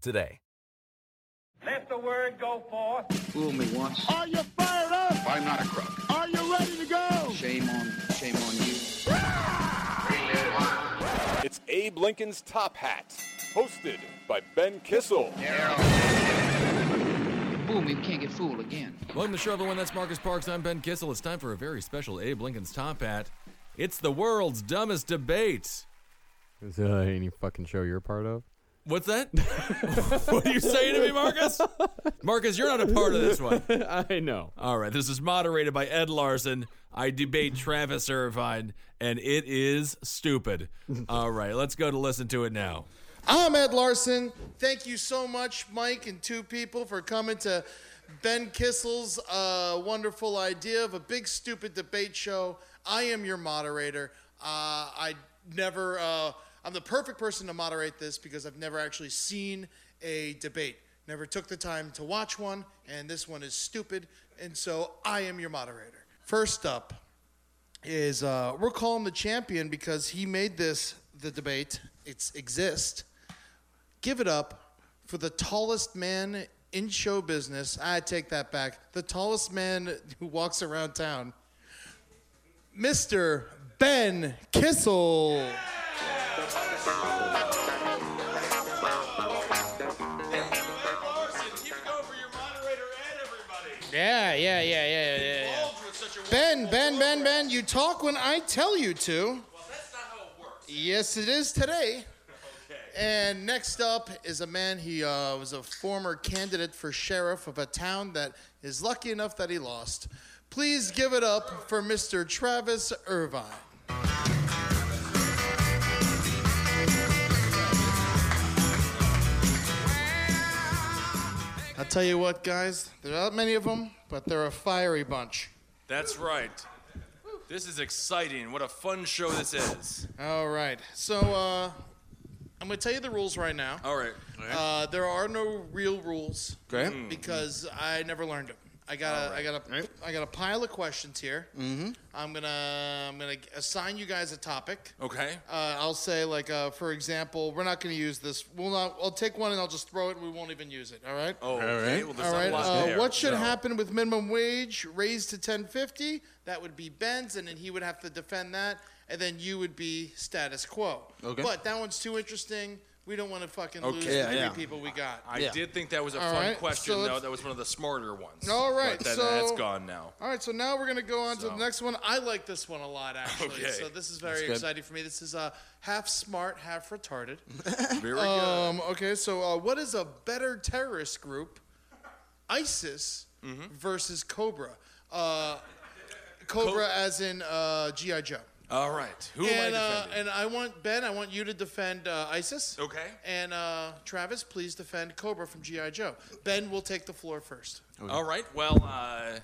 today. Let the word go forth. Fool me once. Are you fired up? I'm not a crook. Are you ready to go? Shame on, shame on you. It's Abe Lincoln's Top Hat, hosted by Ben Kissel. Fool me, we can't get fooled again. Welcome to the show, everyone. That's Marcus Parks. I'm Ben Kissel. It's time for a very special Abe Lincoln's Top Hat. It's the world's dumbest debate. Is that any fucking show you're a part of? What's that? what are you saying to me, Marcus? Marcus, you're not a part of this one. I know. All right, this is moderated by Ed Larson. I debate Travis Irvine, and it is stupid. All right, let's go to listen to it now. I'm Ed Larson. Thank you so much, Mike and two people, for coming to Ben Kissel's uh, wonderful idea of a big, stupid debate show. I am your moderator. Uh, I never, uh, I'm the perfect person to moderate this because I've never actually seen a debate. Never took the time to watch one, and this one is stupid, and so I am your moderator. First up, is uh, we're calling the champion because he made this the debate. It's exist. Give it up for the tallest man in show business. I take that back. The tallest man who walks around town, Mr. Ben Kissel. Yeah, yeah, yeah, yeah, yeah, yeah. Ben, Ben, Ben, Ben, you talk when I tell you to. Yes, it is today. And next up is a man. He uh, was a former candidate for sheriff of a town that is lucky enough that he lost. Please give it up for Mr. Travis Irvine. I'll tell you what, guys, there aren't many of them, but they're a fiery bunch. That's right. This is exciting. What a fun show this is. All right. So uh, I'm going to tell you the rules right now. All right. Uh, there are no real rules Hmm. because I never learned them. I got a, I got a, I got a pile of questions here. Mm-hmm. I'm gonna I'm gonna assign you guys a topic. Okay. Uh, I'll say like uh, for example, we're not gonna use this. We'll not. I'll take one and I'll just throw it. We won't even use it. All right. Oh, okay. Well, there's All not right. a lot Uh, there. what should No. happen with minimum wage raised to 1050? That would be Ben's, and then he would have to defend that, and then you would be status quo. Okay. But that one's too interesting. We don't want to fucking lose the Yeah, three yeah. people we got. I did think that was a All fun right, question, so though. let's- That was one of the smarter ones. All right, But that, so- that's gone now. All right, so now we're gonna go on to So- the next one. I like this one a lot, actually. Okay. So this is very exciting for me. This is uh, half smart, half retarded. Very Um, okay, so uh, what is a better terrorist group, ISIS Mm-hmm. versus Cobra? Uh, Cobra, as in uh, GI Joe. good. All right. Who And, am I uh, defending? and I want Ben. I want you to defend uh, ISIS. Okay. And uh, Travis, please defend Cobra from GI Joe. Ben will take the floor first. All right. Well, uh,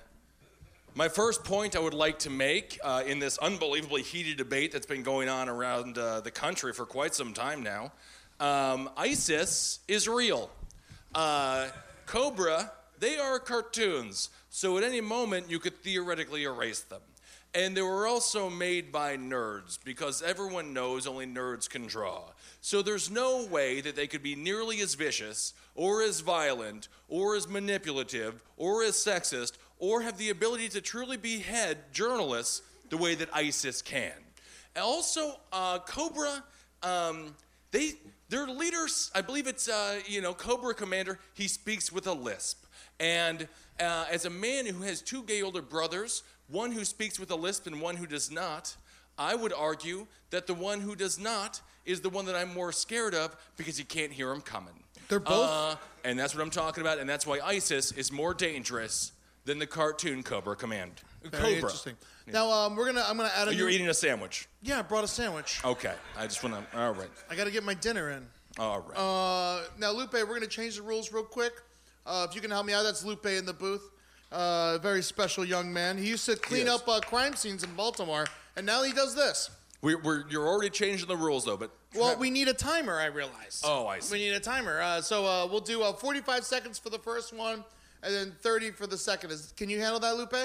my first point I would like to make uh, in this unbelievably heated debate that's been going on around uh, the country for quite some time now um, ISIS is real. Uh, Cobra, they are cartoons. So at any moment, you could theoretically erase them. And they were also made by nerds because everyone knows only nerds can draw. So there's no way that they could be nearly as vicious or as violent or as manipulative or as sexist or have the ability to truly behead journalists the way that ISIS can. And also, uh, Cobra, um, they their leaders. I believe it's uh, you know Cobra Commander. He speaks with a lisp, and uh, as a man who has two gay older brothers, one who speaks with a lisp and one who does not, I would argue that the one who does not is the one that I'm more scared of because he can't hear him coming. They're both- Uh, and that's what I'm talking about, and that's why ISIS is more dangerous than the cartoon Cobra Command. Very Cobra. interesting. Now um, we're gonna. I'm gonna add a. Oh, You're new- eating a sandwich. Oh. Yeah, I brought a sandwich. Okay, I just want to. All right. I gotta get my dinner in. All right. Uh, now, Lupe, we're going to change the rules real quick. Uh, if you can help me out, that's Lupe in the booth. Uh, very special young man. He used to clean Yes. up uh, crime scenes in Baltimore, and now he does this. we're, we're, you're already changing the rules though, but Well, we need a timer, I realize. Oh, I see. We need a timer. Uh, so uh, we'll do uh, 45 seconds for the first one, and then 30 for the second. Is, can you handle that, Lupe?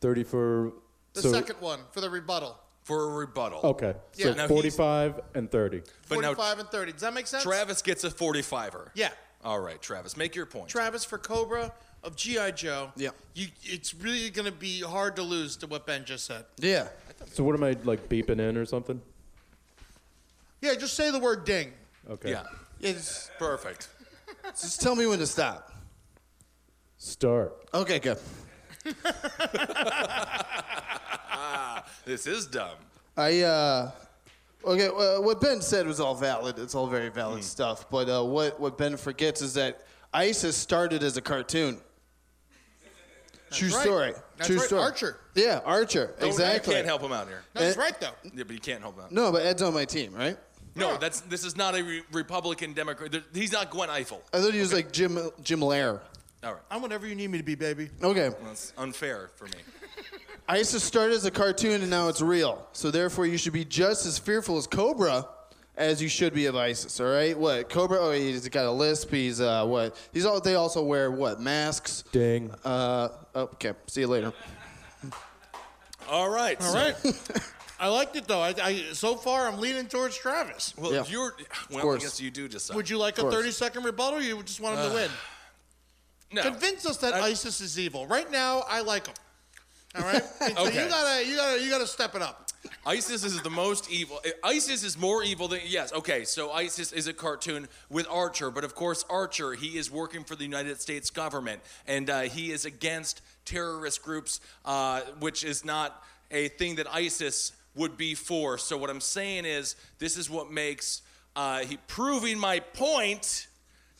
30 for. The so, second one for the rebuttal. for a rebuttal. Okay. Yeah, now so he's- 45 and 30. But now 45 and 30. Does that make sense? Travis gets a 45er. Yeah. All right, Travis, make your point. Travis for Cobra of G.I. Joe. Yeah. You, it's really going to be hard to lose to what Ben just said. Yeah. So what am I like beeping in or something? Yeah, just say the word ding. Okay. yeah. yeah just, Perfect. just tell me when to stop. Start. Okay, good. This is dumb. I uh, okay. Uh, what Ben said was all valid. It's all very Hmm. valid stuff. But uh, what what Ben forgets is that ISIS started as a cartoon. True right. story. That's True right, story. Archer. Yeah, Archer. exactly. You can't help him out here. That's Eh. right, though. Yeah, but you can't help him out. No, but Ed's on my team, right? No, that's this is not a re- Republican Democrat. there- He's not Gwen Eiffel. I thought he was like Jim Jim Lair. All right, I'm whatever you need me to be, baby. Okay. that's unfair for me. ISIS started as a cartoon and now it's real. So therefore, you should be just as fearful as Cobra as you should be of ISIS. All right? What Cobra? Oh, he's got a lisp. He's uh, what? He's all. They also wear what masks? Ding. Uh, okay. See you later. All right, All so- right. I liked it, though. I, I, so far, I'm leaning towards Travis. Well, Yeah. you're. Well, I course. guess you do decide. Would you like a course. 30 second rebuttal or you just want him to win? no. Convince us that I- ISIS is evil. Right now, I like him. All right? So Okay. you gotta, you gotta, you gotta step it up. ISIS is the most evil. ISIS is more evil than yes. Okay, so ISIS is a cartoon with Archer, but of course Archer he is working for the United States government and uh, he is against terrorist groups, uh, which is not a thing that ISIS would be for. So what I'm saying is this is what makes uh, he proving my point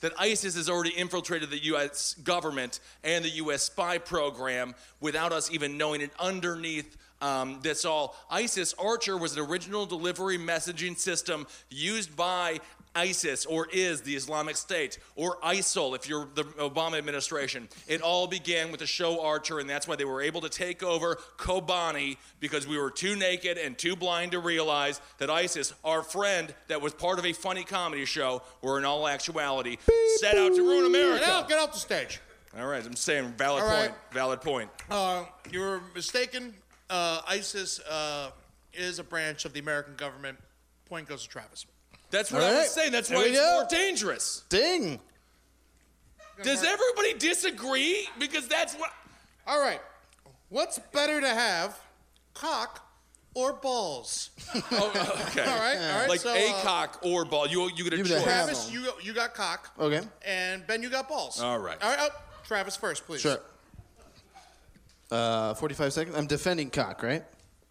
that ISIS has already infiltrated the U.S. government and the U.S. spy program without us even knowing it underneath. Um, that's all. ISIS Archer was an original delivery messaging system used by ISIS or is the Islamic State or ISIL if you're the Obama administration. It all began with the show Archer, and that's why they were able to take over Kobani because we were too naked and too blind to realize that ISIS, our friend that was part of a funny comedy show, were in all actuality set out to ruin Get out, America. get off the stage. All right, I'm saying valid All right. point. Valid point. Uh, you were mistaken. Uh, ISIS uh, is a branch of the American government. Point goes to Travis. That's what All I right. was saying. That's There why we it's go. more dangerous. Ding. Does everybody disagree? Because that's what. All right. What's better to have, cock or balls? Oh, okay. All right, all right. Like so, a uh, cock or ball. You you get a Give it a choice. half. Travis, you you got cock. Okay. And Ben, you got balls. All right. All right. Oh, Travis first, please. Sure. Uh, 45 seconds. I'm defending cock, right?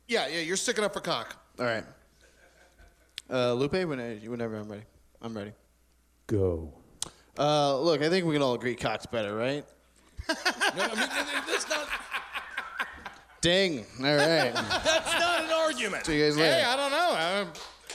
Yeah, yeah. You're sticking up for cock. All right. Uh, Lupe, when I- whenever I'm ready. I'm ready. Go. Uh, look, I think we can all agree cock's better, right? No, I mean, th- th- that's not Ding. All right. that's not an argument. See you guys later. Hey, I don't know.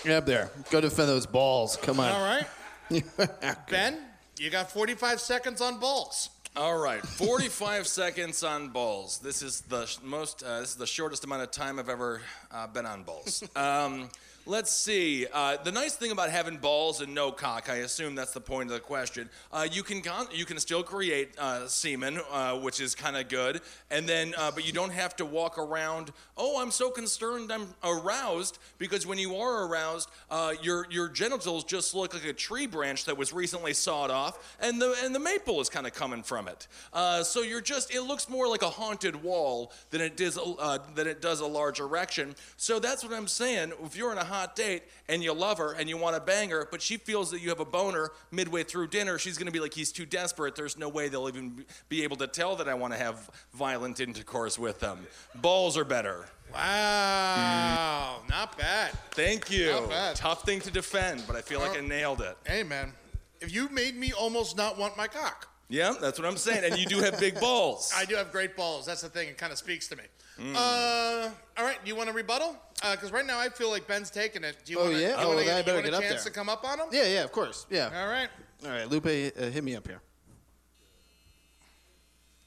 Get up there. Go defend those balls. Come i all on. right. Ben, you got 45 seconds on balls. All right, 45 seconds on balls. This is the sh- most. Uh, this is the shortest amount of time I've ever uh, been on balls. Um, let's see. Uh, the nice thing about having balls and no cock, I assume that's the point of the question. Uh, you can con- you can still create uh, semen, uh, which is kind of good, and then uh, but you don't have to walk around. Oh, I'm so concerned. I'm aroused because when you are aroused, uh, your your genitals just look like a tree branch that was recently sawed off, and the and the maple is kind of coming from it. Uh, so you're just it looks more like a haunted wall than it does uh, than it does a large erection. So that's what I'm saying. If you're on a hot date and you love her and you want to bang her, but she feels that you have a boner midway through dinner, she's gonna be like, he's too desperate. There's no way they'll even be able to tell that I want to have violent intercourse with them. Balls are better. Wow. Not bad. Thank you. Not bad. Tough thing to defend, but I feel like I nailed it. Hey, man. If you made me almost not want my cock. Yeah, that's what I'm saying. And you do have big balls. I do have great balls. That's the thing. It kind of speaks to me. Mm. Uh, all right. Do you want to rebuttal? Because right now I feel like Ben's taking it. Do you Oh, want to? yeah? You Oh, want, well, then I a, you better want get a up chance there. to come up on him? Yeah, yeah, of course. Yeah. All right. All right, Lupe, uh, hit me up here.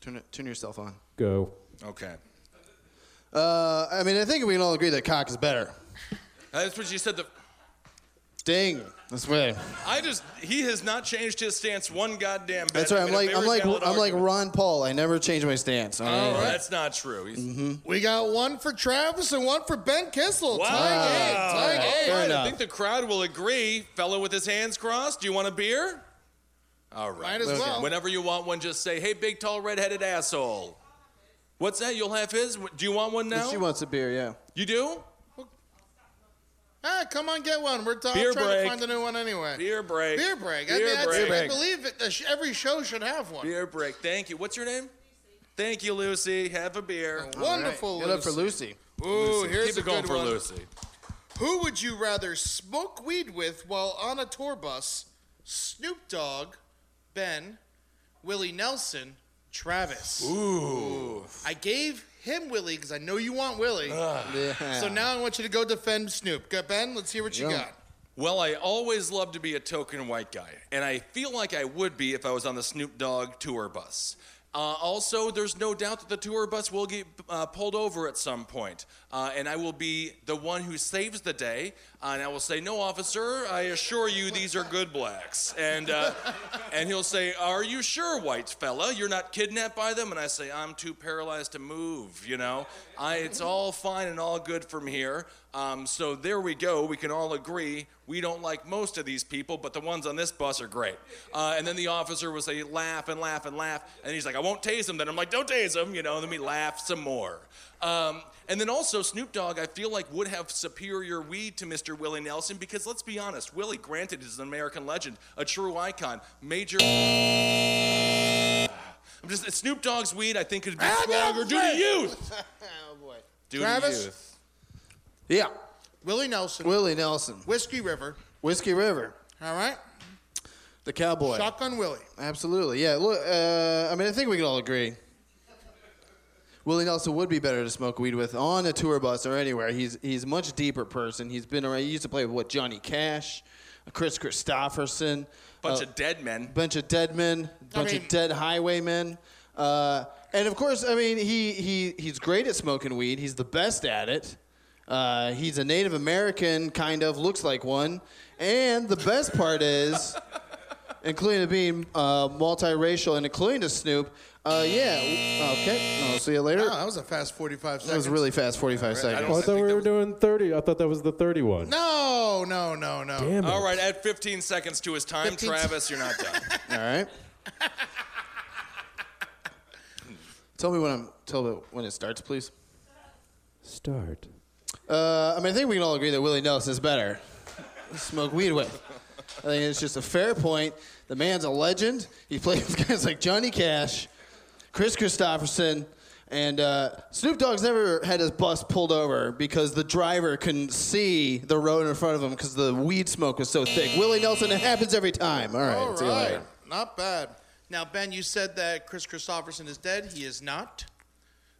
Turn it, turn yourself on. Go. Okay. Uh, I mean, I think we can all agree that cock is better. That's what you said. The, Ding. That's way. I just, he has not changed his stance one goddamn bit. That's right. I I'm mean, a like I'm very like valid I'm like argument. Ron Paul. I never change my stance. All Oh, right. Mm-hmm. That's not true. He's, We got one for Travis and one for Ben Kissel. Wow. Tie game. Tie game. Fair All right, I enough. think the crowd will agree. Fellow with his hands crossed. Do you want a beer? All right. Might as well. Whenever you want one, just say, "Hey, big, tall, red-headed asshole." What's that? You'll have his. Do you want one now? She wants a beer. Yeah. you do? Ah, come on, get one. We're t- I'm Beer trying to break. find a new one anyway. Beer break. Beer break. I, Beer mean, break. I, I believe it, uh, sh- every show should have one. Beer break. Thank you. What's your name? Thank you, Lucy. Have a beer. Wonderful. Get up for Lucy. Ooh, here's Keep a it going good for one. Lucy. Who would you rather smoke weed with while on a tour bus? Snoop Dogg, Ben, Willie Nelson, Travis. Ooh. I gave him Willie because I know you want Willie. Yeah. So now I want you to go defend Snoop. Go, Ben, let's hear what you Yeah. got. Well, I always loved to be a token white guy, and I feel like I would be if I was on the Snoop Dogg tour bus. Uh, also, there's no doubt that the tour bus will get uh, pulled over at some point, uh, and I will be the one who saves the day. uh, and I will say, "No, officer, I assure you these are good blacks." And uh, and he'll say, "Are you sure, white fella? You're not kidnapped by them?" And I say, "I'm too paralyzed to move. You know, I, it's all fine and all good from here." Um, so there we go. We can all agree we don't like most of these people, but the ones on this bus are great. Uh, and then the officer will say, laugh and laugh and laugh. And he's like, I won't tase him. Then I'm like, don't tase him, you know. And then we laugh some more. Um, and then also, Snoop Dogg, I feel like, would have superior weed to Mr. Willie Nelson because let's be honest, Willie, granted, is an American legend, a true icon, major. I'm just, Snoop Dogg's weed, I think, could be stronger due to youth. oh, boy. Due Travis? to youth. Yeah. Willie Nelson, Willie Nelson. Whiskey River. Whiskey River. All right? The cowboy. Shotgun Willie. Absolutely. Yeah. Look. Uh, I mean, I think we can all agree. Willie Nelson would be better to smoke weed with on a tour bus or anywhere. He's he's a much deeper person. He's been around. He used to play with what Johnny Cash, Chris Christopherson, Bunch uh, of dead men. bunch of dead men, bunch mean- of dead highwaymen. Uh, and of course, I mean, he, he, he's great at smoking weed. He's the best at it. Uh, he's a Native American, kind of, looks like one. And the best part is, including to being uh, multiracial and including to Snoop, uh, yeah, okay, I'll see you later. Oh, that was a fast 45 seconds. that was really fast, 45 seconds. Oh, I I thought think we that were was- doing 30. I thought that was the 31. No, no, no, no. Damn it. All right, add 15 seconds to his time, 15 Travis. You're not done. All right. tell me when I'm tell me when it starts, please. Start. Uh, I mean, I think we can all agree that Willie Nelson is better. to Smoke weed with. I think it's just a fair point. The man's a legend. He played with guys like Johnny Cash, Chris Christopherson, and uh, Snoop Dogg's never had his bus pulled over because the driver couldn't see the road in front of him because the weed smoke was so thick. Willie Nelson, it happens every time. All right. All see you right. later. Oh, Not bad. Now, Ben, you said that Chris Christopherson is dead. He is not.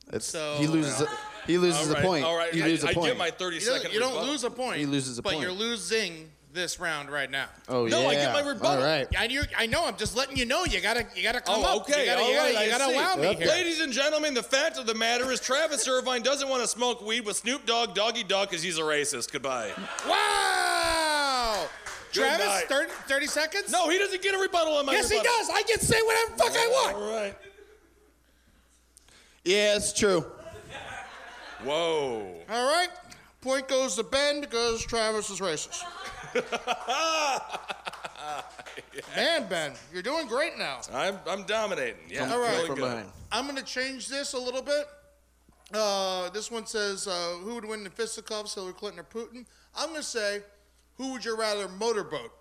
It's- So- uh, he loses. A, he loses all a right, point. All right, You I, lose a I point. give my 30 You don't, second you don't rebuttal. lose a point. He loses a but point. you're losing this round right now. oh No, yeah. I get my rebuttal. All right. I, you- I know. I'm just letting you know. You gotta. You gotta come Oh, up. okay. You gotta, all you gotta, right, you I gotta see. wow me here. Ladies and gentlemen, the fact of the matter is Travis Irvine doesn't want to smoke weed with Snoop Dogg, Doggy Dog, because he's a racist. Goodbye. Wow. Travis, night. 30, 30 seconds. No, he doesn't get a rebuttal on my Yes, he rebuttal. does. I can say whatever the fuck I want. All right. Yeah, it's true. Whoa. All right. Point goes to Ben because Travis is racist. Man, Ben, you're doing great now. I'm, I'm dominating. Yeah, All right. really For good. mine. I'm going to change this a little bit. Uh, this one says, uh, who would win the fisticuffs, Hillary Clinton or Putin? I'm going to say, who would you rather motorboat,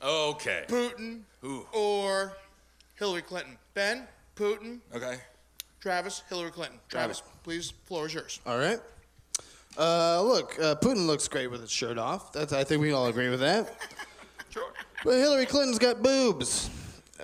Oh, Okay. Putin Ooh. or Hillary Clinton? Ben, Putin, Okay. Travis, Hillary Clinton. Travis, please, floor is yours. All right. Uh, look, uh, Putin looks great with his shirt off. That's I think we all agree with that. sure. But Hillary Clinton's got boobs. Uh,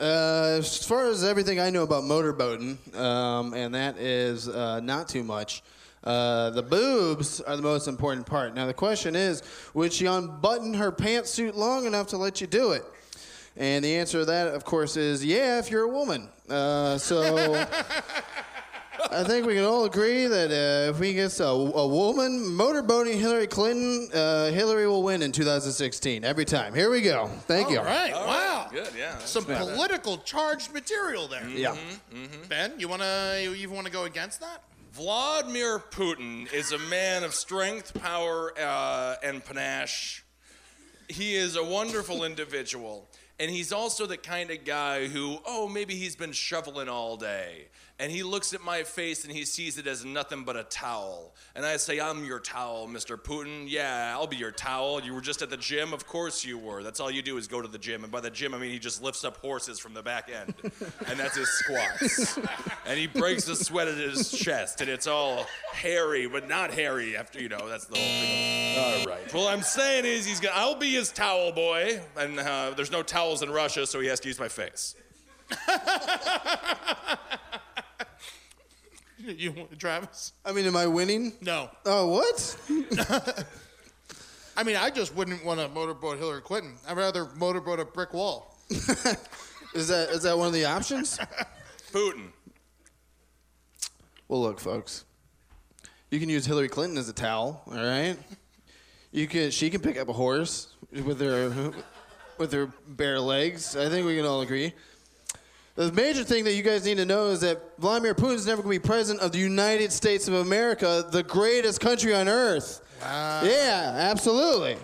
Uh, as far as everything I know about motorboating, um, and that is uh, not too much. Uh, the boobs are the most important part. Now the question is, would she unbutton her pantsuit long enough to let you do it? And the answer to that, of course, is yeah, if you're a woman. Uh, so. I think we can all agree that uh, if we get a, a woman motorboating Hillary Clinton, uh, Hillary will win in 2016 every time. Here we go. Thank you. All right. wow. Good, yeah. that's Some not bad. political charged material there. Yeah. Ben, you wanna you, you wanna go against that? Vladimir Putin is a man of strength, power, uh, and panache. He is a wonderful individual. And he's also the kind of guy who, oh, maybe he's been shoveling all day. And he looks at my face and he sees it as nothing but a towel. And I say, I'm your towel, Mr. Putin. Yeah, I'll be your towel. You were just at the gym? Of course you were. That's all you do is go to the gym. And by the gym, I mean he just lifts up horses from the back end. and that's his squats. and he breaks the sweat at his chest. And it's all hairy, but not hairy after, you know, that's the whole thing. All right. Well, I'm saying is he's gonna. I'll be his towel boy, and uh, there's no towels in Russia, so he has to use my face. You, you Travis? I mean, am I winning? No. Oh, what? I mean, I just wouldn't want to motorboat Hillary Clinton. I'd rather motorboat a brick wall. Is that is that one of the options? Putin. Well, look, folks. You can use Hillary Clinton as a towel, all right? You can she can pick up a horse with her with her bare legs. I think we can all agree. The major thing that you guys need to know is that Vladimir Putin's never going to be president of the United States of America, the greatest country on earth. Wow. Yeah, absolutely.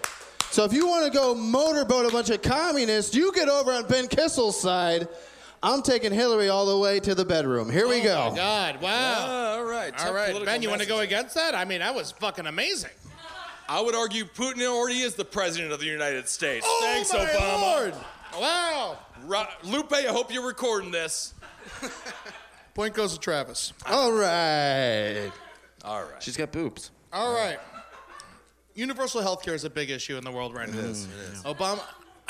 So if you want to go motorboat a bunch of communists, you get over on Ben Kissel's side. I'm taking Hillary all the way to the bedroom. Here we go. Oh my God! Wow. Ah, all right. All tough right, political Ben, you want to go message. against that? I mean, that was fucking amazing. I would argue Putin already is the president of the United States. Oh, Thanks, my Obama. Wow. Ro- Lupe, I hope you're recording this. Point goes to Travis. All right. All right. She's got boobs. All right. Universal health care is a big issue in the world right now. It is. Obama,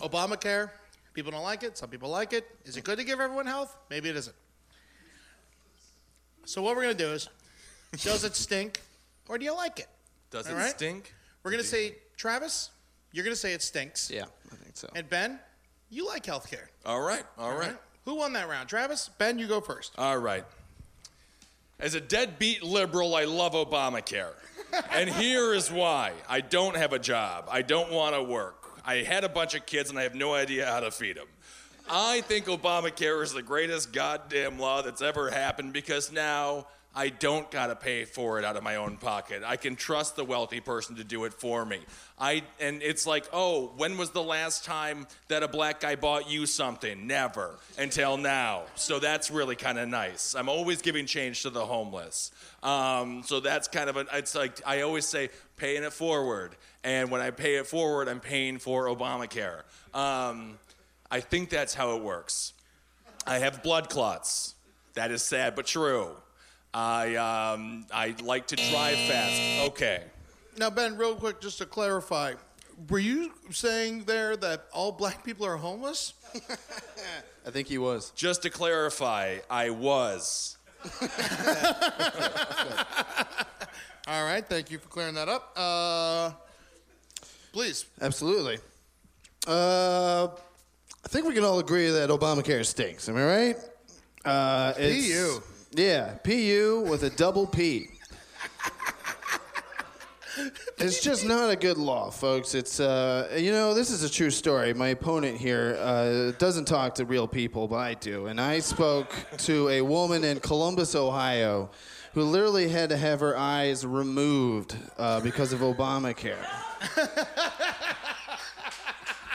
Obamacare. People don't like it. Some people like it. Is it good to give everyone health? Maybe it isn't. So what we're gonna do is, does it stink, or do you like it? Does it All right. stink? We're gonna say, Travis, you're gonna say it stinks. Yeah, I think so. And Ben, you like healthcare. All right. All right. Who won that round? Travis, Ben, you go first. All right. As a deadbeat liberal, I love Obamacare. and here is why I don't have a job. I don't want to work. I had a bunch of kids and I have no idea how to feed them. I think Obamacare is the greatest goddamn law that's ever happened because now I don't got to pay for it out of my own pocket. I can trust the wealthy person to do it for me. I and it's like, "Oh, when was the last time that a black guy bought you something?" Never until now. So that's really kind of nice. I'm always giving change to the homeless. Um, so that's kind of a it's like I always say paying it forward. And when I pay it forward, I'm paying for Obamacare. Um, I think that's how it works. I have blood clots. That is sad but true. I um, I like to drive fast. Okay. Now, Ben, real quick, just to clarify, were you saying there that all black people are homeless? I think he was. Just to clarify, I was. All right, thank you for clearing that up. Uh, please. Absolutely. Uh, I think we can all agree that Obamacare stinks. Am I right? Uh, it's, PU. Yeah, PU with a double P. It's just not a good law, folks. It's uh, you know, this is a true story. My opponent here uh, doesn't talk to real people, but I do, and I spoke to a woman in Columbus, Ohio, who literally had to have her eyes removed uh, because of Obamacare.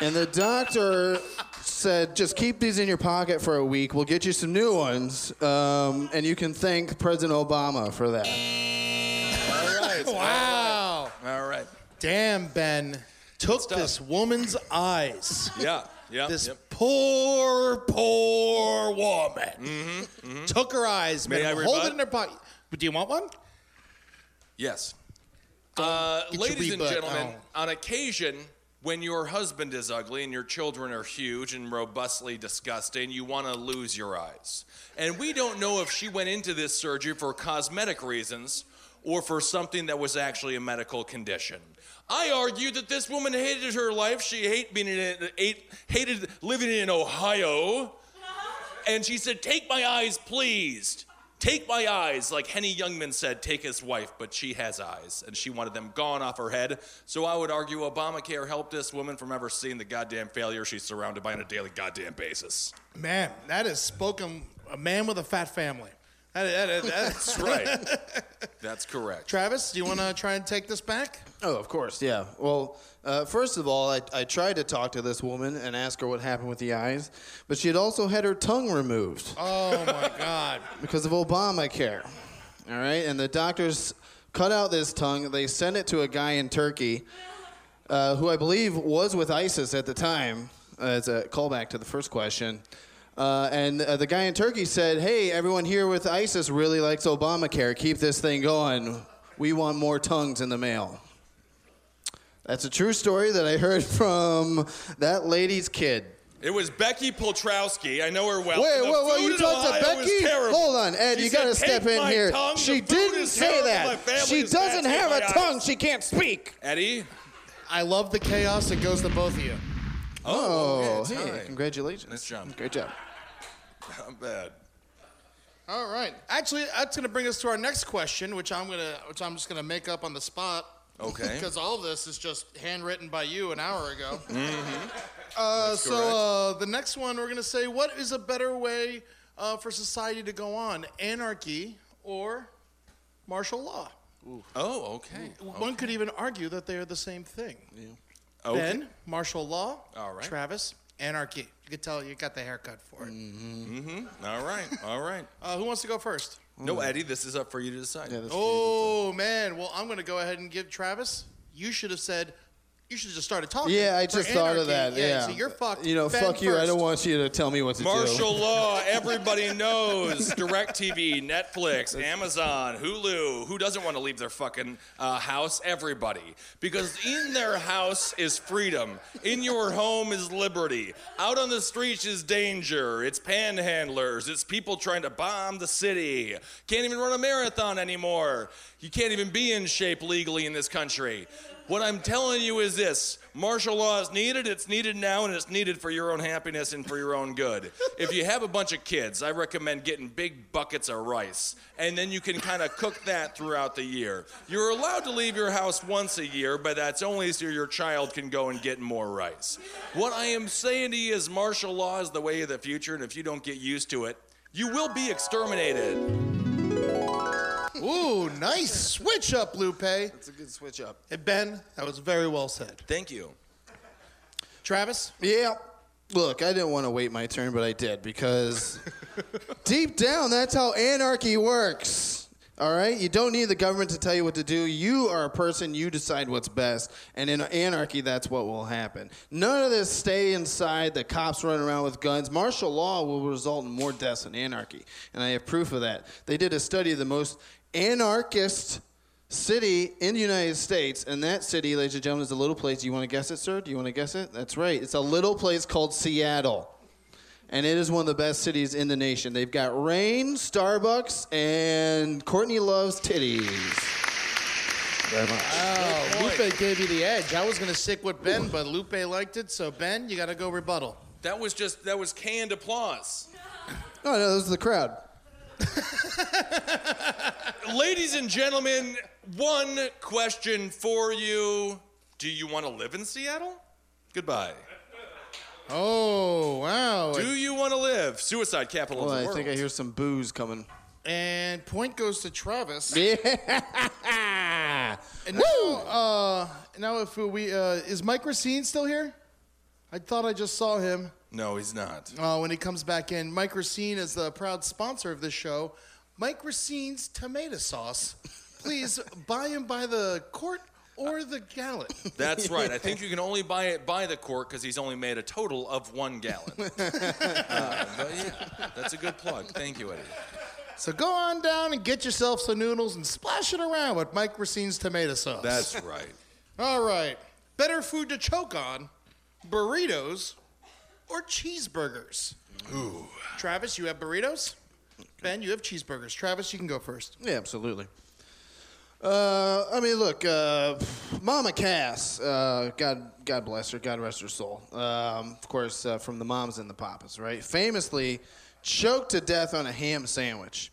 and the doctor said, "Just keep these in your pocket for a week. We'll get you some new ones, um, and you can thank President Obama for that." Wow. All right. Damn, Ben. Took this woman's eyes. Yeah. Yeah. This yep. poor, poor woman. Took her eyes, May made I her hold it rebut? in her pocket. Do you want one? Yes. Uh, your ladies and rebut gentlemen, out. on occasion, when your husband is ugly and your children are huge and robustly disgusting, you want to lose your eyes. And we don't know if she went into this surgery for cosmetic reasons or for something that was actually a medical condition. I argue that this woman hated her life. She hated being in, ate- hated living in Ohio. And she said, Take my eyes, please. Take my eyes, like Henny Youngman said, take his wife, but she has eyes, and she wanted them gone off her head. So I would argue Obamacare helped this woman from ever seeing the goddamn failure she's surrounded by on a daily goddamn basis. Man, that is spoken a man with a fat family. That- that- that- that's Right. That's correct. Travis, do you want to try and take this back? Oh, of course, yeah. Well, uh, first of all, I, I tried to talk to this woman and ask her what happened with the eyes, but she had also had her tongue removed Oh my God! because of Obamacare. All right, and the doctors cut out this tongue. They sent it to a guy in Turkey uh, who I believe was with ISIS at the time. Uh, as a callback to the first question. Uh, and uh, the guy in Turkey said, Hey, everyone here with ISIS really likes Obamacare. Keep this thing going. We want more tongues in the mail. That's a true story that I heard from that lady's kid. It was Becky Poltrowski. I know her well. Wait, The whoa, whoa! food You in talked to Ohio was Becky? terrible. Hold on, Ed. She you said, gotta step "Take in my here. tongue. She The food didn't is say terrible. My that. family She is bad. doesn't Take have my a eyes." tongue. She can't speak. Eddie, I love the chaos that goes to both of you. Oh, okay, hey! time. Congratulations. Nice job. Great job. I'm bad. All right. Actually, that's going to bring us to our next question, which I'm going to, which I'm just going to make up on the spot. Okay. Because all of this is just handwritten by you an hour ago. Mm-hmm. uh, so uh, the next one, we're going to say, what is a better way uh, for society to go on, anarchy or martial law? Oh, okay. One could even argue that they are the same thing. Okay. Ben, martial law. All right. Travis, anarchy. You could tell you got the haircut for it. Mm. All right. All right. Uh, who wants to go first? No, Eddie, this is up for you to decide. Oh man! Well, I'm going to go ahead and give Travis. You should have said. You should have just started talking. Yeah, I for just thought of that. anarchy. Yeah. So you're fucked. You know, Ben fuck you. I first. don't want you to tell me what to Martial do. law, everybody knows. DirecTV, Netflix, Amazon, Hulu. Who doesn't want to leave their fucking uh, house? Everybody. Because in their house is freedom. In your home is liberty. Out on the streets is danger. It's panhandlers. It's people trying to bomb the city. Can't even run a marathon anymore. You can't even be in shape legally in this country. What I'm telling you is this martial law is needed, it's needed now, and it's needed for your own happiness and for your own good. if you have a bunch of kids, I recommend getting big buckets of rice, and then you can kind of cook that throughout the year. You're allowed to leave your house once a year, but that's only so your child can go and get more rice. What I am saying to you is martial law is the way of the future, and if you don't get used to it, you will be exterminated. Ooh, nice switch up, Lupe. It's a good switch up. Hey, ben, that was very well said. Thank you. Travis, Yeah. Look, I didn't want to wait my turn, but I did because deep down, that's how anarchy works. All right? You don't need the government to tell you what to do. You are a person, you decide what's best. And in anarchy, that's what will happen. None of this stay inside, the cops running around with guns. Martial law will result in more deaths in anarchy. And I have proof of that. They did a study of the most anarchist city in the United States, and that city, ladies and gentlemen, is a little place. Do you want to guess it, sir? Do you want to guess it? That's right. It's a little place called Seattle. And it is one of the best cities in the nation. They've got rain, Starbucks, and Courtney loves titties. Very much. oh, point. Lupe gave you the edge. I was going to stick with Ben, but Lupe liked it, so Ben, you got to go rebuttal. That was just, that was canned applause. Oh no, those are the crowd. Ladies and gentlemen, one question for you. Do you want to live in Seattle? Goodbye. Oh wow! Do you want to live? Suicide capital Well, of the I world. think I hear some booze coming. And point goes to Travis. Yeah. And now, uh, now if we uh, is Mike Racine still here? I thought I just saw him. no, he's not. Uh, when he comes back in, Mike Racine is the proud sponsor of this show. Mike Racine's tomato sauce. Please buy him by the quart or the gallon. That's right. I think you can only buy it by the court because he's only made a total of one gallon. uh, but yeah, that's a good plug. Thank you, Eddie. So go on down and get yourself some noodles and splash it around with Mike Racine's tomato sauce. That's right. All right. Better food to choke on, burritos or cheeseburgers? Ooh. Travis, you have burritos? Ben, you have cheeseburgers. Travis, you can go first. Yeah, absolutely. Uh, I mean, look, uh, Mama Cass, uh, God, God bless her, God rest her soul. Um, of course, uh, from the Moms and the Papas, right? Famously choked to death on a ham sandwich.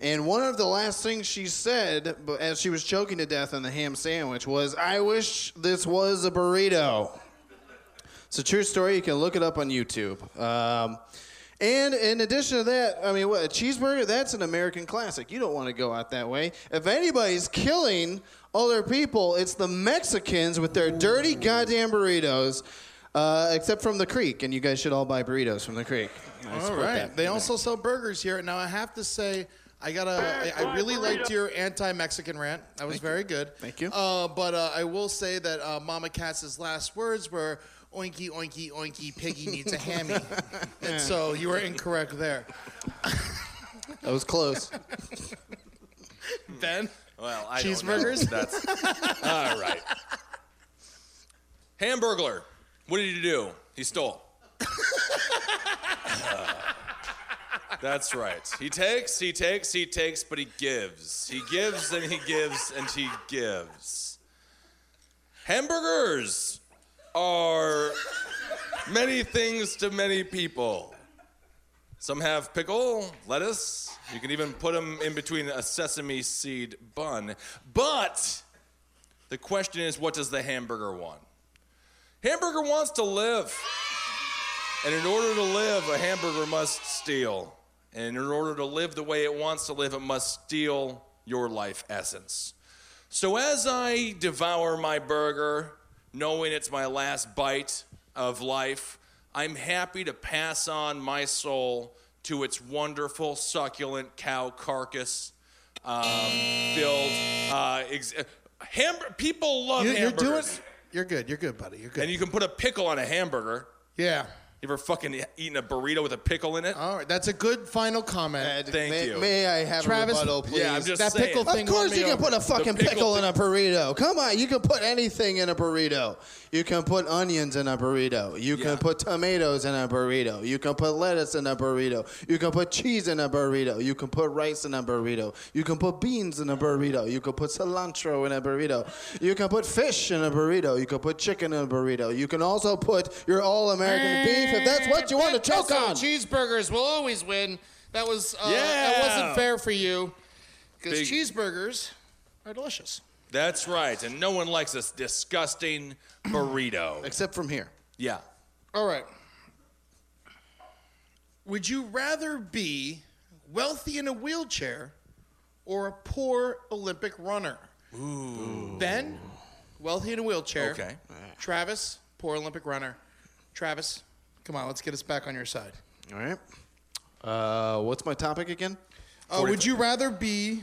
And one of the last things she said bu- as she was choking to death on the ham sandwich was, I wish this was a burrito. It's a true story. You can look it up on YouTube. Um, and in addition to that, I mean, what a cheeseburger? That's an American classic. You don't want to go out that way. If anybody's killing other people, it's the Mexicans with their dirty goddamn burritos. Uh, except from the creek, and you guys should all buy burritos from the creek. I All support right. that. They also sell burgers here. Now I have to say, I gotta. I, I really liked your anti-Mexican rant. That was very good. Thank you. Uh, but uh, I will say that uh, Mama Cass's last words were "oinky oinky oinky, piggy needs a hammy," and so you were incorrect there. That was close. Ben, Well, I Cheeseburgers? Don't know. That's all right. Hamburglar, what did he do? He stole. That's right. He takes, he takes, he takes, but he gives. He gives and he gives and he gives. Hamburgers are many things to many people. Some have pickle, lettuce. You can even put them in between a sesame seed bun. But the question is what does the hamburger want? Hamburger wants to live. And in order to live, a hamburger must steal. And in order to live the way it wants to live, it must steal your life essence. So as I devour my burger, knowing it's my last bite of life, I'm happy to pass on my soul to its wonderful, succulent cow carcass um, filled. Uh, ex- hamb- people love you, you're hamburgers. doing. You're good. You're good, buddy. You're good. and you can put a pickle on a hamburger. yeah. You ever fucking eaten a burrito with a pickle in it? Oh, All right. That's a good final comment. Thank may, you. May I have Travis, a rebuttal, please? yeah, I'm just that saying. pickle Of thing. Of course, won me you can over. put a fucking pickle pickle, in a burrito. Come on, you can put anything in a burrito. You can put onions in a burrito. You Yeah. can put tomatoes in a burrito. You can put lettuce in a burrito. You can put cheese in a burrito. You can put rice in a burrito. You can put beans in a burrito. You can put cilantro in a burrito. You can put fish in a burrito. You can put chicken in a burrito. You can also put your all-American beef if that's what you want to choke Queso on. Cheeseburgers will always win. That was uh, that Yeah. wasn't fair for you because Big- cheeseburgers are delicious. That's right, and no one likes this disgusting burrito. Except from here. yeah. All right. Would you rather be wealthy in a wheelchair or a poor Olympic runner? Ooh. Ben, wealthy in a wheelchair. Okay. Travis, poor Olympic runner. Travis, come on, let's get us back on your side. All right. Uh, what's my topic again? Uh, would you rather be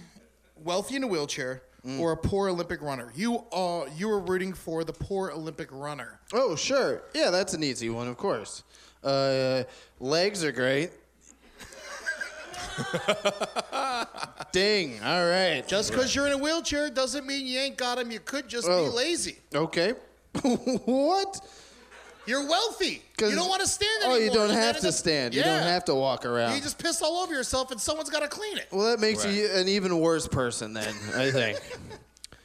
wealthy in a wheelchair Mm. or a poor Olympic runner? You are you were rooting for the poor Olympic runner. Oh, sure. Yeah, that's an easy one, of course. Uh, legs are great. Ding. All right. Just because you're in a wheelchair doesn't mean you ain't got them. You could just Oh. be lazy. Okay. what? You're wealthy. 'Cause- You don't want to stand Oh, anymore. you don't You're not have in to the- stand. You Yeah. don't have to walk around. You just piss all over yourself, and someone's got to clean it. Well, that makes you an even worse person, then, I think.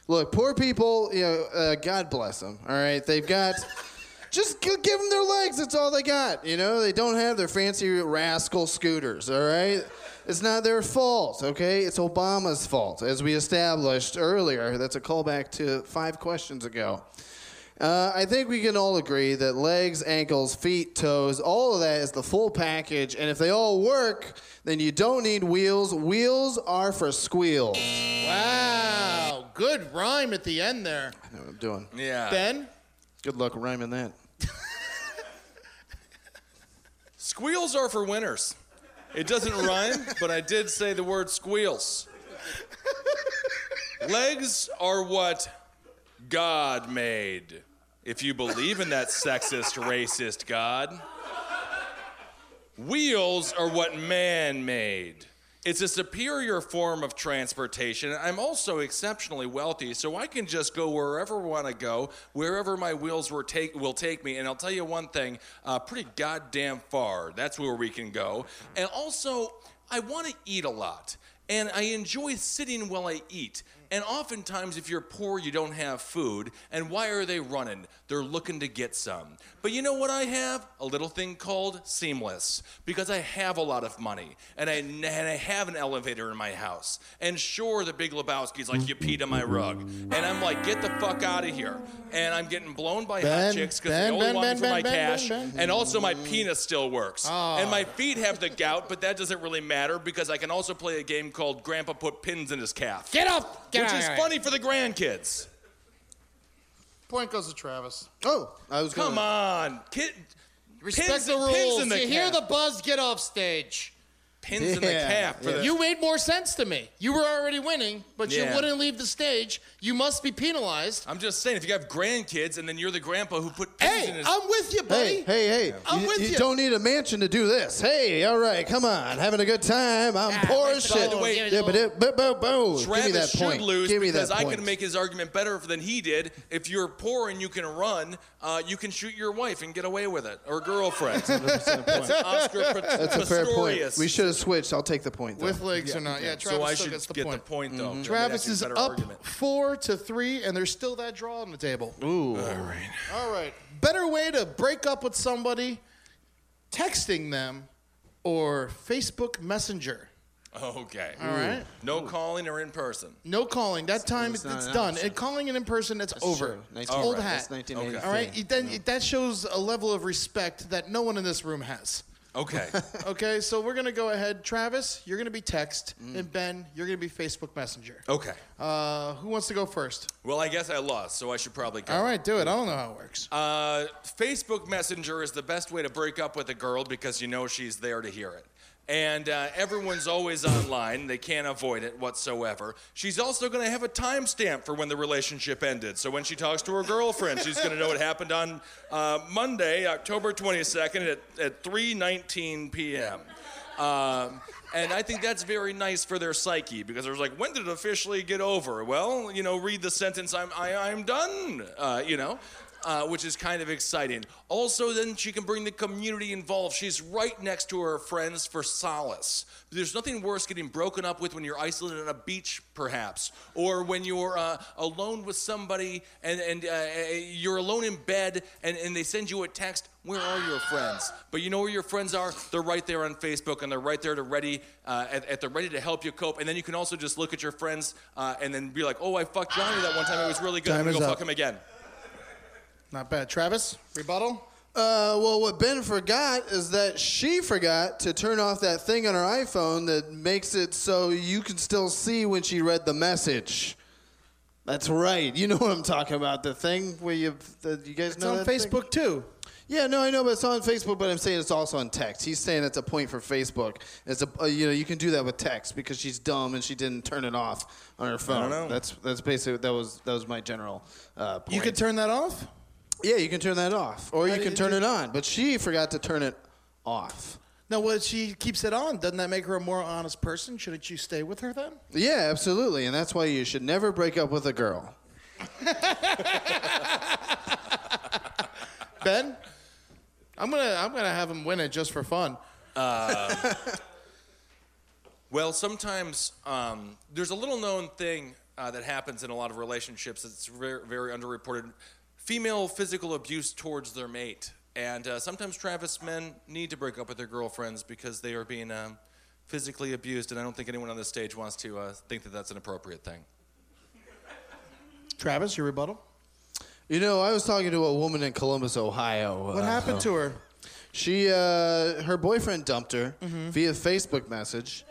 Look, poor people, you know, uh, God bless them, all right? They've got. Just g- give them their legs. That's all they got. You know, they don't have their fancy rascal scooters, all right? It's not their fault, okay? It's Obama's fault, as we established earlier. That's a callback to five questions ago. Uh, I think we can all agree that legs, ankles, feet, toes, all of that is the full package. And if they all work, then you don't need wheels. Wheels are for squeals. Wow, good rhyme at the end there, I know what I'm doing. Yeah. Ben. Good luck rhyming that. Squeals are for winners. It doesn't rhyme, but I did say the word squeals. Legs are what God made. If you believe in that sexist, racist God, wheels are what man made. It's a superior form of transportation. I'm also exceptionally wealthy, so I can just go wherever I want to go, wherever my wheels were take, will take me. And I'll tell you one thing uh, pretty goddamn far. That's where we can go. And also, I want to eat a lot. And I enjoy sitting while I eat. And oftentimes, if you're poor, you don't have food. And why are they running? They're looking to get some. But you know what I have? A little thing called Seamless. Because I have a lot of money. And I, and I have an elevator in my house. And sure, the big Lebowski's like, you peed on my rug. And I'm like, get the fuck out of here. And I'm getting blown by hot Ben, chicks because they Ben, only Ben, want me Ben, for my Ben, Ben, cash. Ben, Ben. And also, my penis still works. And my feet have the gout, but that doesn't really matter because I can also play a game called Grandpa Put Pins in His Calf. Get up! Get which out is of here. funny for the grandkids. Point goes to Travis. Oh, I was Come gonna- on, kid. Respect pins- the pins in rules. the you hear calf. the buzz? Get off stage. Pins in the Yeah, calf for yeah. the You made more sense to me. You were already winning, but Yeah. you wouldn't leave the stage. You must be penalized. I'm just saying, if you have grandkids and then you're the grandpa who put pins in Hey, his I'm with you, buddy. Hey, hey, hey. I'm you, with you. don't need a mansion to do this. Hey, all right, come on. Having a good time. I'm Ah, poor let's as shit. go. way, Give it Yeah, to but him. it, bo- bo- bo. Give me that Travis point. should lose Give me because that I point. can make his argument better than he did. If you're poor and you can run, uh, you can shoot your wife and get away with it or girlfriend. That's an Oscar Pat- That's a fair point. Pistorius. We should have switched. I'll take the point. Though. Mm-hmm. With legs or not. Yeah, Travis so I still should gets the get point. the point though. Travis That's is a better up argument. four to three, and there's still that draw on the table. Ooh. All right. All right. Better way to break up with somebody, texting them or Facebook Messenger. Okay. All right. No calling or in person. No calling. That time it's it's, not an done. option. And calling it in person, that's, over. true. It's 19- old Alright, hat. that's 1983. All right. It- Then it, that shows a level of respect that no one in this room has. Okay. Okay, so we're gonna go ahead. Travis, you're gonna be text, Mm. and Ben, you're gonna be Facebook Messenger. okay. Uh, who wants to go first? Well, I guess I lost, so I should probably go. All right, do it. I don't know how it works. Uh, Facebook Messenger is the best way to break up with a girl because you know she's there to hear it. And uh, everyone's always online. They can't avoid it whatsoever. She's also going to have a timestamp for when the relationship ended. So when she talks to her girlfriend, she's going to know it happened on uh, Monday, October 22nd at, at 3.19 p.m. Um, and I think that's very nice for their psyche because there's like, when did it officially get over? Well, you know, read the sentence, I'm, I, I'm done, uh, you know, uh, which is kind of exciting. Also, then she can bring the community involved. She's right next to her friends for solace. There's nothing worse getting broken up with when you're isolated on a beach, perhaps, or when you're uh, alone with somebody and, and uh, you're alone in bed and, and they send you a text, where are your friends? But you know where your friends are? They're right there on Facebook, and they're right there to ready uh, at, at the ready to help you cope. And then you can also just look at your friends uh, and then be like, "Oh, I fucked Johnny that one time. It was really good. I'm Time gonna is go up. fuck him again." Not bad. Travis, rebuttal. Uh, well, what Ben forgot is that she forgot to turn off that thing on her iPhone that makes it so you can still see when she read the message. That's right. You know what I'm talking about. The thing where you, the, you guys It's know on that thing? Facebook too. Yeah, no, I know, but it's on Facebook. But I'm saying it's also on text. He's saying it's a point for Facebook. It's a uh, you know you can do that with text because she's dumb and she didn't turn it off on her phone. know. That's that's basically that was that was my general. Uh, oh, point. You could turn that off. yeah, you can turn that off, or you did can you turn do- it on. But she forgot to turn it off. No, well, she keeps it on. Doesn't that make her a more honest person? Shouldn't you stay with her then? Yeah, absolutely, and that's why you should never break up with a girl. Ben, I'm gonna I'm gonna have him win it just for fun. Well, sometimes um, there's a little known thing uh, that happens in a lot of relationships that's very, very underreported female physical abuse towards their mate. And uh, sometimes Travis men need to break up with their girlfriends because they are being um, physically abused. And I don't think anyone on this stage wants to uh, think that that's an appropriate thing. Travis, your rebuttal. You know, I was talking to a woman in Columbus, Ohio. uh, What happened to her? She, uh, her boyfriend dumped her Mm-hmm. via Facebook message,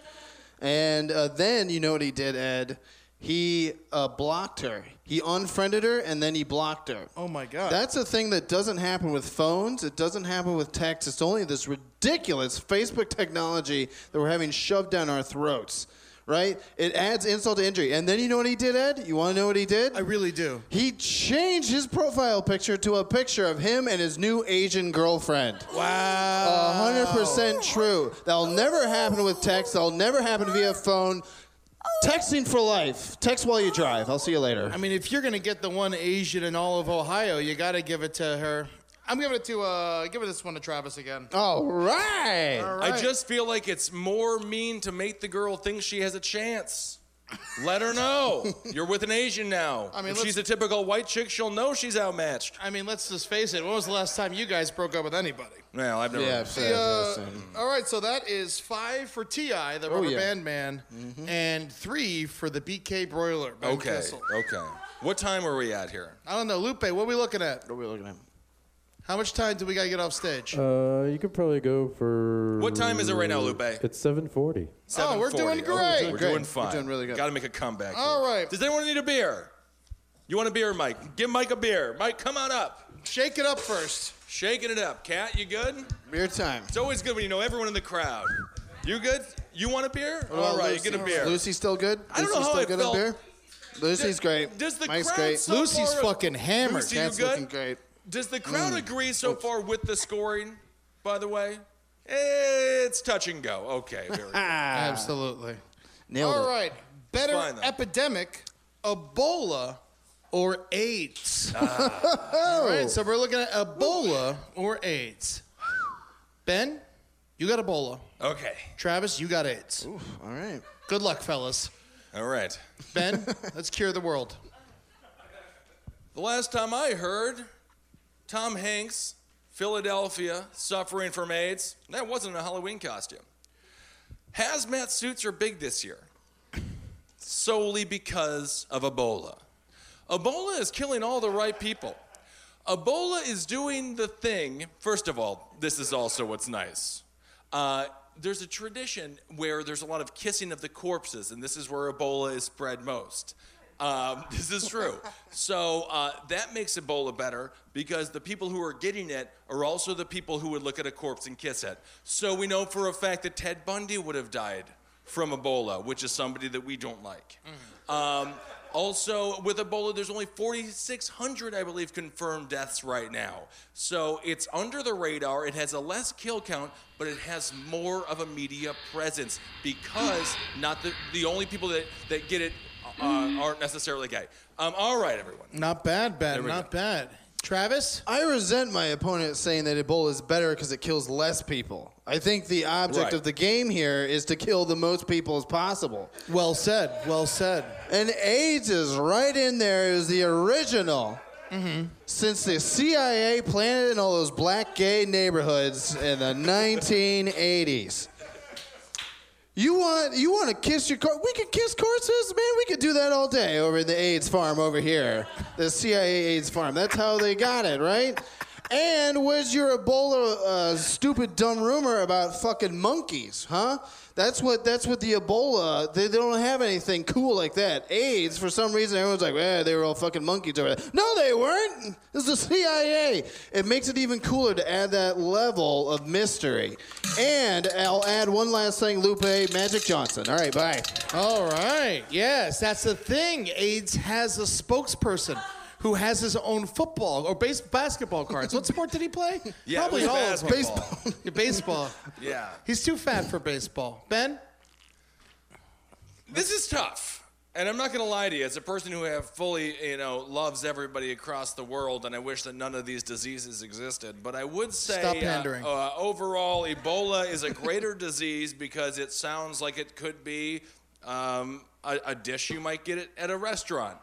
and uh, then you know what he did, Ed? He uh, blocked her. He unfriended her, and then he blocked her. Oh my God. That's a thing that doesn't happen with phones. It doesn't happen with text. It's only this ridiculous Facebook technology that we're having shoved down our throats. right? It adds insult to injury. And then you know what he did, Ed? You want to know what he did? I really do. He changed his profile picture to a picture of him and his new Asian girlfriend. Wow. Oh. 100% true. That'll never happen with text. That'll never happen via phone. Texting for life. Text while you drive. I'll see you later. I mean, if you're gonna get the one Asian in all of Ohio, you gotta give it to her. I'm giving it to uh, giving this one to Travis again. All right. I just feel like it's more mean to make the girl think she has a chance. Let her know you're with an Asian now. I mean, if let's- she's a typical white chick, she'll know she's outmatched. I mean, let's just face it. When was the last time you guys broke up with anybody? Well, I've never. Yeah, The, uh, all right, so that is five for Ti, the Oh, rubber yeah. band man, and three for the BK broiler. Ben okay, Kissel. okay. What time are we at here? I don't know, Lupe. What are we looking at? What are we looking at? How much time do we gotta get off stage? Uh, you could probably go for. What time is it right now, Lupe? It's 7:40. Oh, we're doing 7:40. great. we're We're doing, doing fine. We're doing really good. Got to make a comeback. here. All right. Does anyone need a beer? You want a beer, Mike? Give Mike a beer. Mike, come on up. Shake it up first. Shaking it up. Cat, you good? Beer time. It's always good when you know everyone in the crowd. You good? You want a Uh, beer? What about All right, Lucy? get a beer. Lucy still good? I don't Lucy know how still I good felt. up there? Lucy's great. Does the Mike's crowd great. so Lucy's far- fucking hammered. Lucy, you Cat's good? looking great. Does the crowd Mm. agree so far with the scoring? By the way, it's touch and go. Okay, very good. Absolutely. Ah. Nailed All it. right. Better fine, though. epidemic, Ebola or AIDS. Ah. All right. So we're looking at Ebola or AIDS. Ben, you got Ebola. Okay, Travis, you got AIDS. All right. Good luck, fellas. all right. Ben, let's cure the world. The last time I heard, Tom Hanks, Philadelphia, suffering from AIDS. That wasn't a Halloween costume. Hazmat suits are big this year, solely because of Ebola. Ebola is killing all the right people. Ebola is doing the thing. First of all, this is also what's nice. Uh, there's a tradition where there's a lot of kissing of the corpses, and this is where Ebola is spread most. Um, this is true. so uh, that makes Ebola better because the people who are getting it are also the people who would look at a corpse and kiss it. So we know for a fact that Ted Bundy would have died from Ebola, which is somebody that we don't like. Um, also, with Ebola, there's only 4,600, I believe, confirmed deaths right now. So it's under the radar. It has a less kill count, but it has more of a media presence because not the, the only people that, that get it uh, aren't necessarily gay. Um, all right, everyone. Not bad, Ben. Not bad. Travis? I resent my opponent saying that Ebola is better because it kills less people. I think the object Right. of the game here is to kill the most people as possible. Well said. Well said. And AIDS is right in there. It was the original. Mm-hmm. Since the CIA planted in all those black gay neighborhoods in the 1980s. You want you want to kiss your car? We can kiss corpses, man. We could do that all day over at the AIDS farm over here, the CIA AIDS farm. That's how they got it, right? And was your Ebola uh, stupid dumb rumor about fucking monkeys, huh? That's what that's what the Ebola. They, they don't have anything cool like that. AIDS, for some reason, everyone's like, "Yeah, they were all fucking monkeys over there." No, they weren't. It's the CIA. It makes it even cooler to add that level of mystery. And I'll add one last thing, Lupe Magic Johnson. All right, bye. All right. Yes, that's the thing. AIDS has a spokesperson who has his own football or base basketball cards. What sport did he play? Yeah, Probably it was all of them. basketball. Yeah, baseball. Yeah. He's too fat for baseball. Ben? This is tough. And I'm not going to lie to you, as a person who have fully, you know, loves everybody across the world, and I wish that none of these diseases existed. But I would say, Stop uh, pandering. uh, overall, Ebola is a greater disease because it sounds like it could be um, a, a dish you might get it at a restaurant,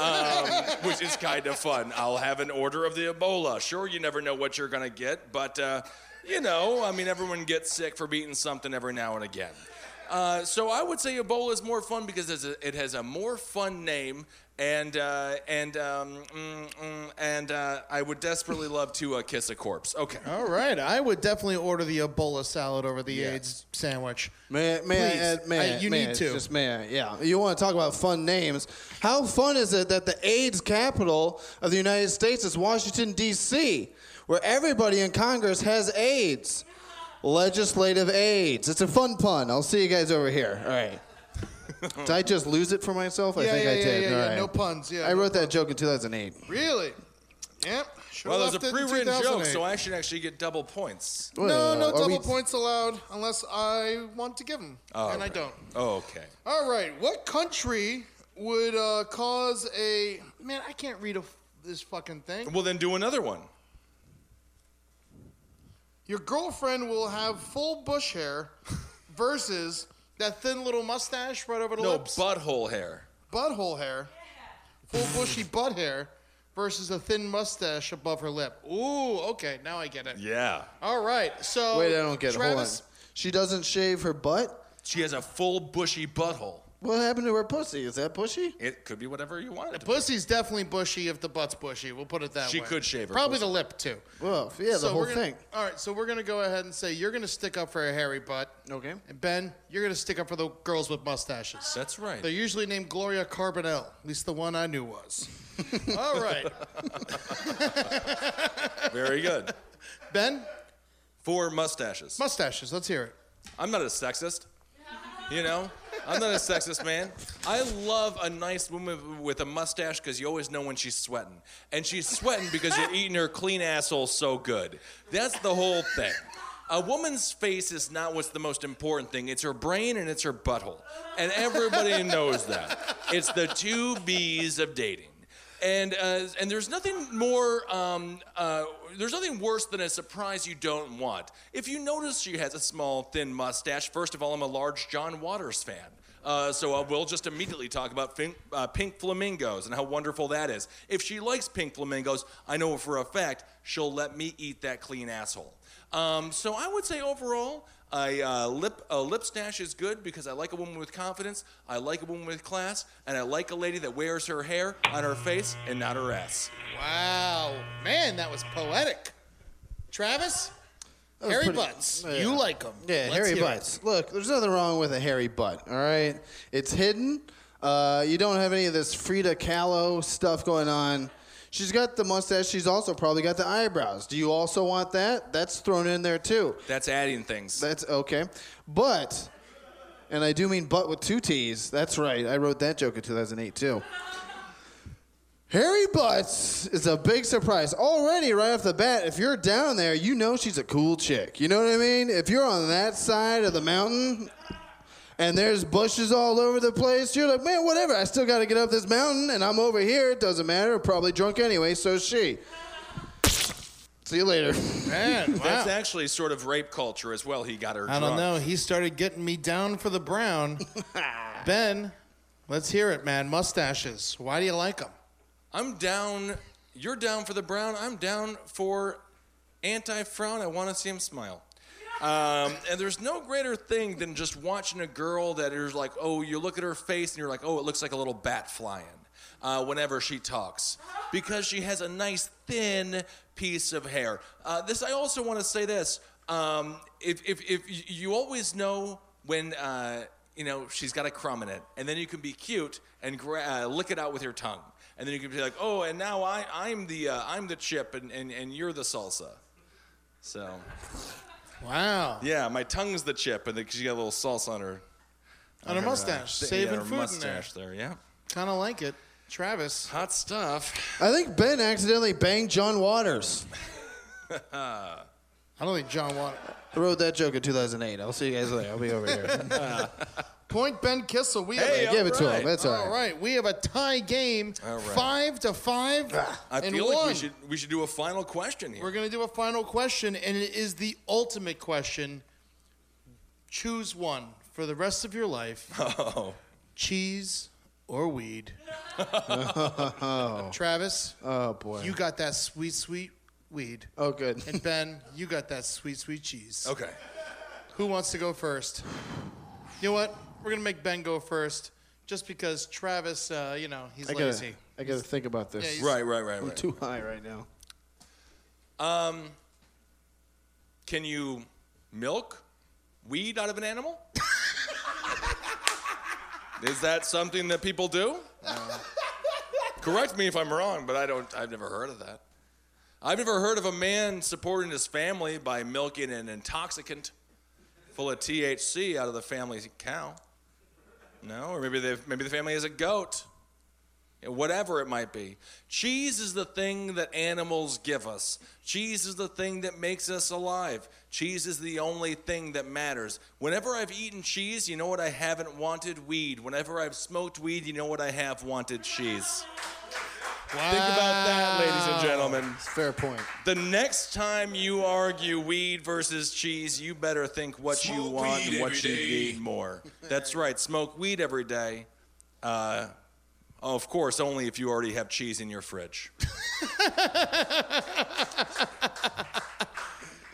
um, which is kind of fun. I'll have an order of the Ebola. Sure, you never know what you're going to get, but uh, you know, I mean, everyone gets sick for eating something every now and again. Uh, so I would say Ebola is more fun because it's a, it has a more fun name, and uh, and um, mm, mm, and uh, I would desperately love to uh, kiss a corpse. Okay. All right. I would definitely order the Ebola salad over the Yes. AIDS sandwich. May, I- may Please. I add, may I- I- you may need I- to. Just may I, yeah. You want to talk about fun names? How fun is it that the AIDS capital of the United States is Washington D.C., where everybody in Congress has AIDS, legislative AIDS? It's a fun pun. I'll see you guys over here. All right. Did I just lose it for myself? I Yeah, think yeah, I yeah, did. yeah, All yeah. right. No puns, yeah, I no wrote that joke in 2008. Really? Yep. Should've well, there's a left it in pre-written joke, 2008. so I should actually get double points. no, no are double we- points allowed unless I want to give them, Oh, and I right. don't. Oh, okay. All right, what country would uh, cause a man? I can't read a, this fucking thing. Well, then do another one. Your girlfriend will have full bush hair versus that thin little mustache right over the No lips, butthole hair. butthole hair, full bushy butt hair versus a thin mustache above her lip. Ooh, okay, now I get it. Yeah. All right, so Wait, I don't get it. Hold on. Travis, She doesn't shave her butt. She has a full bushy butthole. What happened to her pussy? Is that pushy? It could be whatever you want. it to be. Pussy's definitely bushy if the butt's bushy. We'll put it that She way. could shave her Probably pussy. the lip too. Well, yeah, the So whole we're gonna- thing. All right, so we're gonna go ahead and say you're gonna stick up for a hairy butt, Okay. and Ben, you're gonna stick up for the girls with mustaches. That's right. They're usually named Gloria Carbonell. At least the one I knew was. all right, Very good. Ben, Four mustaches. mustaches. Let's hear it. I'm not a sexist. You know, I'm not a sexist man. I love a nice woman with a mustache because you always know when she's sweating, and she's sweating because you're eating her clean asshole so good. That's the whole thing. A woman's face is not what's the most important thing. It's her brain and it's her butthole, and everybody knows that. It's the two B's of dating. And uh, and there's nothing more um, uh, there's nothing worse than a surprise you don't want. If you notice she has a small thin mustache, first of all, I'm a large John Waters fan. Uh, so I will just immediately talk about fin- uh, pink flamingos and how wonderful that is. If she likes pink flamingos, I know for a fact she'll let me eat that clean asshole. Um, so I would say overall, I, uh, lip, a lip stash is good because I like a woman with confidence, I like a woman with class, and I like a lady that wears her hair on her face and not her ass. Wow, man, that was poetic. Travis, hairy pretty- butts. yeah. You like them? Yeah, hairy butts. Look, there's nothing wrong with a hairy butt. All right, it's hidden. Uh, you don't have any of this Frida Kahlo stuff going on. She's got the mustache. She's also probably got the eyebrows. Do you also want that? That's thrown in there too. That's adding things. That's okay. But, and I do mean butt with two T's. That's right. I wrote that joke in 2008 too. Harry Butts is a big surprise. Already, right off the bat, if you're down there, you know she's a cool chick. You know what I mean? If you're on that side of the mountain and there's bushes all over the place, you're like, man, whatever. I still got to get up this mountain and I'm over here. It doesn't matter. Probably drunk anyway, so is she. See you later. Man, wow. That's actually sort of rape culture as well. He got her. I don't drunk. know. He started getting me down for the brown. ben, let's hear it, man. Mustaches. Why do you like them? I'm down. You're down for the brown. I'm down for anti-frown. I want to see him smile. Um, and there's no greater thing than just watching a girl that is like, oh, you look at her face and you're like, oh, it looks like a little bat flying uh, whenever she talks because she has a nice thin piece of hair. Uh, this I also want to say this: um, if, if if y- you always know when uh, you know she's got a crumb in it, and then you can be cute and gra- uh, lick it out with your tongue, and then you can be like, oh, and now I I'm the uh, I'm the chip, and, and and you're the salsa. So. Wow. Yeah, my tongue's the chip, and because she got a little salsa on her, uh, On a mustache. yeah, saving her food mustache there. Yeah, in there. Kind of like it. Travis. hot stuff. I think Ben accidentally banged John Waters. I don't think John wanted I wrote that joke in 2008. I'll see you guys later. I'll be over here. Point Ben Kissel. We have Hey, a, I gave it to alright. him. That's all all right. right. We have a tie game. Five to five. I and feel one. like we should we should do a final question here. We're going to do a final question, and it is the ultimate question. Choose one for the rest of your life cheese or weed. Travis, Oh boy. you got that sweet, sweet weed. oh good. And Ben, you got that sweet, sweet cheese. okay. Who wants to go first? You know what? We're going to make Ben go first just because Travis, uh, you know, he's I gotta, lazy. I gotta think about Yeah, this. he's- Right, right, right, I'm right. too high right now. Um, can you milk weed out of an animal? Is that something that people do? Correct me if I'm wrong, but I don't. I've never heard of that. I've never heard of a man supporting his family by milking an intoxicant full of THC out of the family cow. No, or maybe they maybe the family has a goat. Yeah, Whatever it might be. Cheese is the thing that animals give us. Cheese is the thing that makes us alive. Cheese is the only thing that matters. Whenever I've eaten cheese, you know what I haven't wanted? Weed. Whenever I've smoked weed, you know what I have wanted? Cheese. Think about that, ladies and gentlemen. Fair point. The next time you argue weed versus cheese, you better think what you want and what you need more. That's right. Smoke weed every day. Uh, of course, only if you already have cheese in your fridge.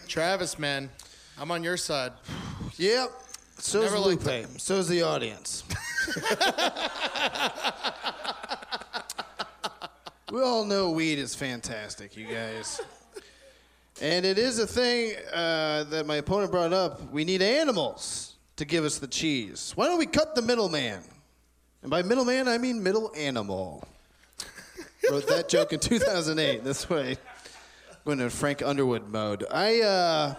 Travis, man, I'm on your side. Yep. So's Never liked Lupe. So's the audience. we all know weed is fantastic, you guys. And it is a thing uh, that my opponent brought up. We need animals to give us the cheese. Why don't we cut the middleman? And by middleman, I mean middle animal. Wrote that joke in 2008. This way, going to Frank Underwood mode. I. Uh,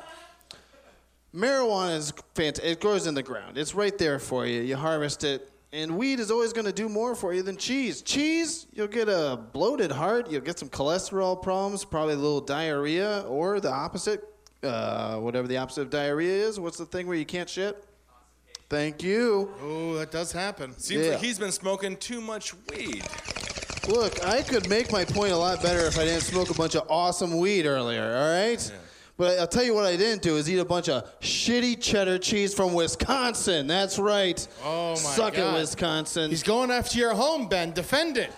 marijuana is fantastic. It grows in the ground. It's right there for you. You harvest it. And weed is always going to do more for you than cheese. Cheese, you'll get a bloated heart. You'll get some cholesterol problems, probably a little diarrhea, or the opposite, uh, whatever the opposite of diarrhea is. What's the thing where you can't shit? Thank you. Oh, that does happen. Seems Yeah. like he's been smoking too much weed. Look, I could make my point a lot better if I didn't smoke a bunch of awesome weed earlier, all right? But I'll tell you what I didn't do is eat a bunch of shitty cheddar cheese from Wisconsin. That's right. Oh my Suck God. it, Wisconsin. He's going after your home, Ben. Defend it.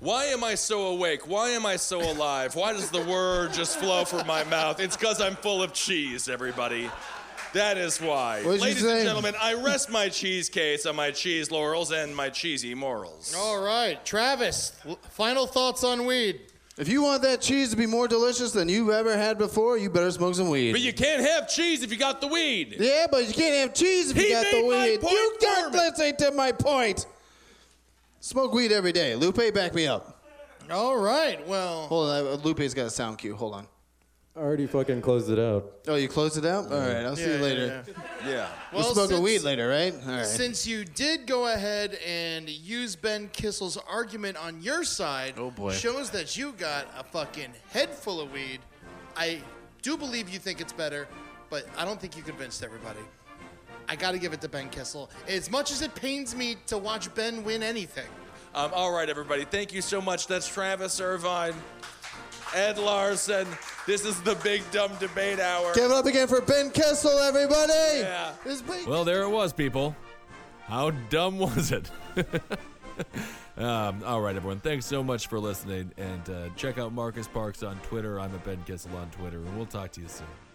Why am I so awake? Why am I so alive? Why does the word just flow from my mouth? It's because I'm full of cheese, everybody. That is why. What'd you Ladies say? and gentlemen, I rest my cheese case on my cheese laurels and my cheesy morals. All right, Travis. l- Final thoughts on weed. if you want that cheese to be more delicious than you've ever had before, you better smoke some weed. But you can't have cheese if you got the weed. yeah, but you can't have cheese if He you got the made my weed. point you for can't me. listen to my point. Smoke weed every day. Lupe, back me up. All right. Well, Hold on. uh, Lupe's got a sound cue. Hold on. I already fucking closed it out. Oh, you closed it out? All right, I'll see yeah, you yeah, later. yeah. Yeah. We'll Well, smoke a since- weed later, right? All right. Since you did go ahead and use Ben Kissel's argument on your side, Oh, boy. shows that you got a fucking head full of weed. I do believe you think it's better, but I don't think you convinced everybody. I got to give it to Ben Kissel. As much as it pains me to watch Ben win anything, Um, all right, everybody. Thank you so much. That's Travis Irvine, Ed Larson. This is the Big Dumb Debate Hour. Give it up again for Ben Kessel, everybody. Yeah. This week. Well, there it was, people. How dumb was it? um, all right, everyone. Thanks so much for listening. And uh, check out Marcus Parks on Twitter. I'm at Ben Kissel on Twitter. And we'll talk to you soon.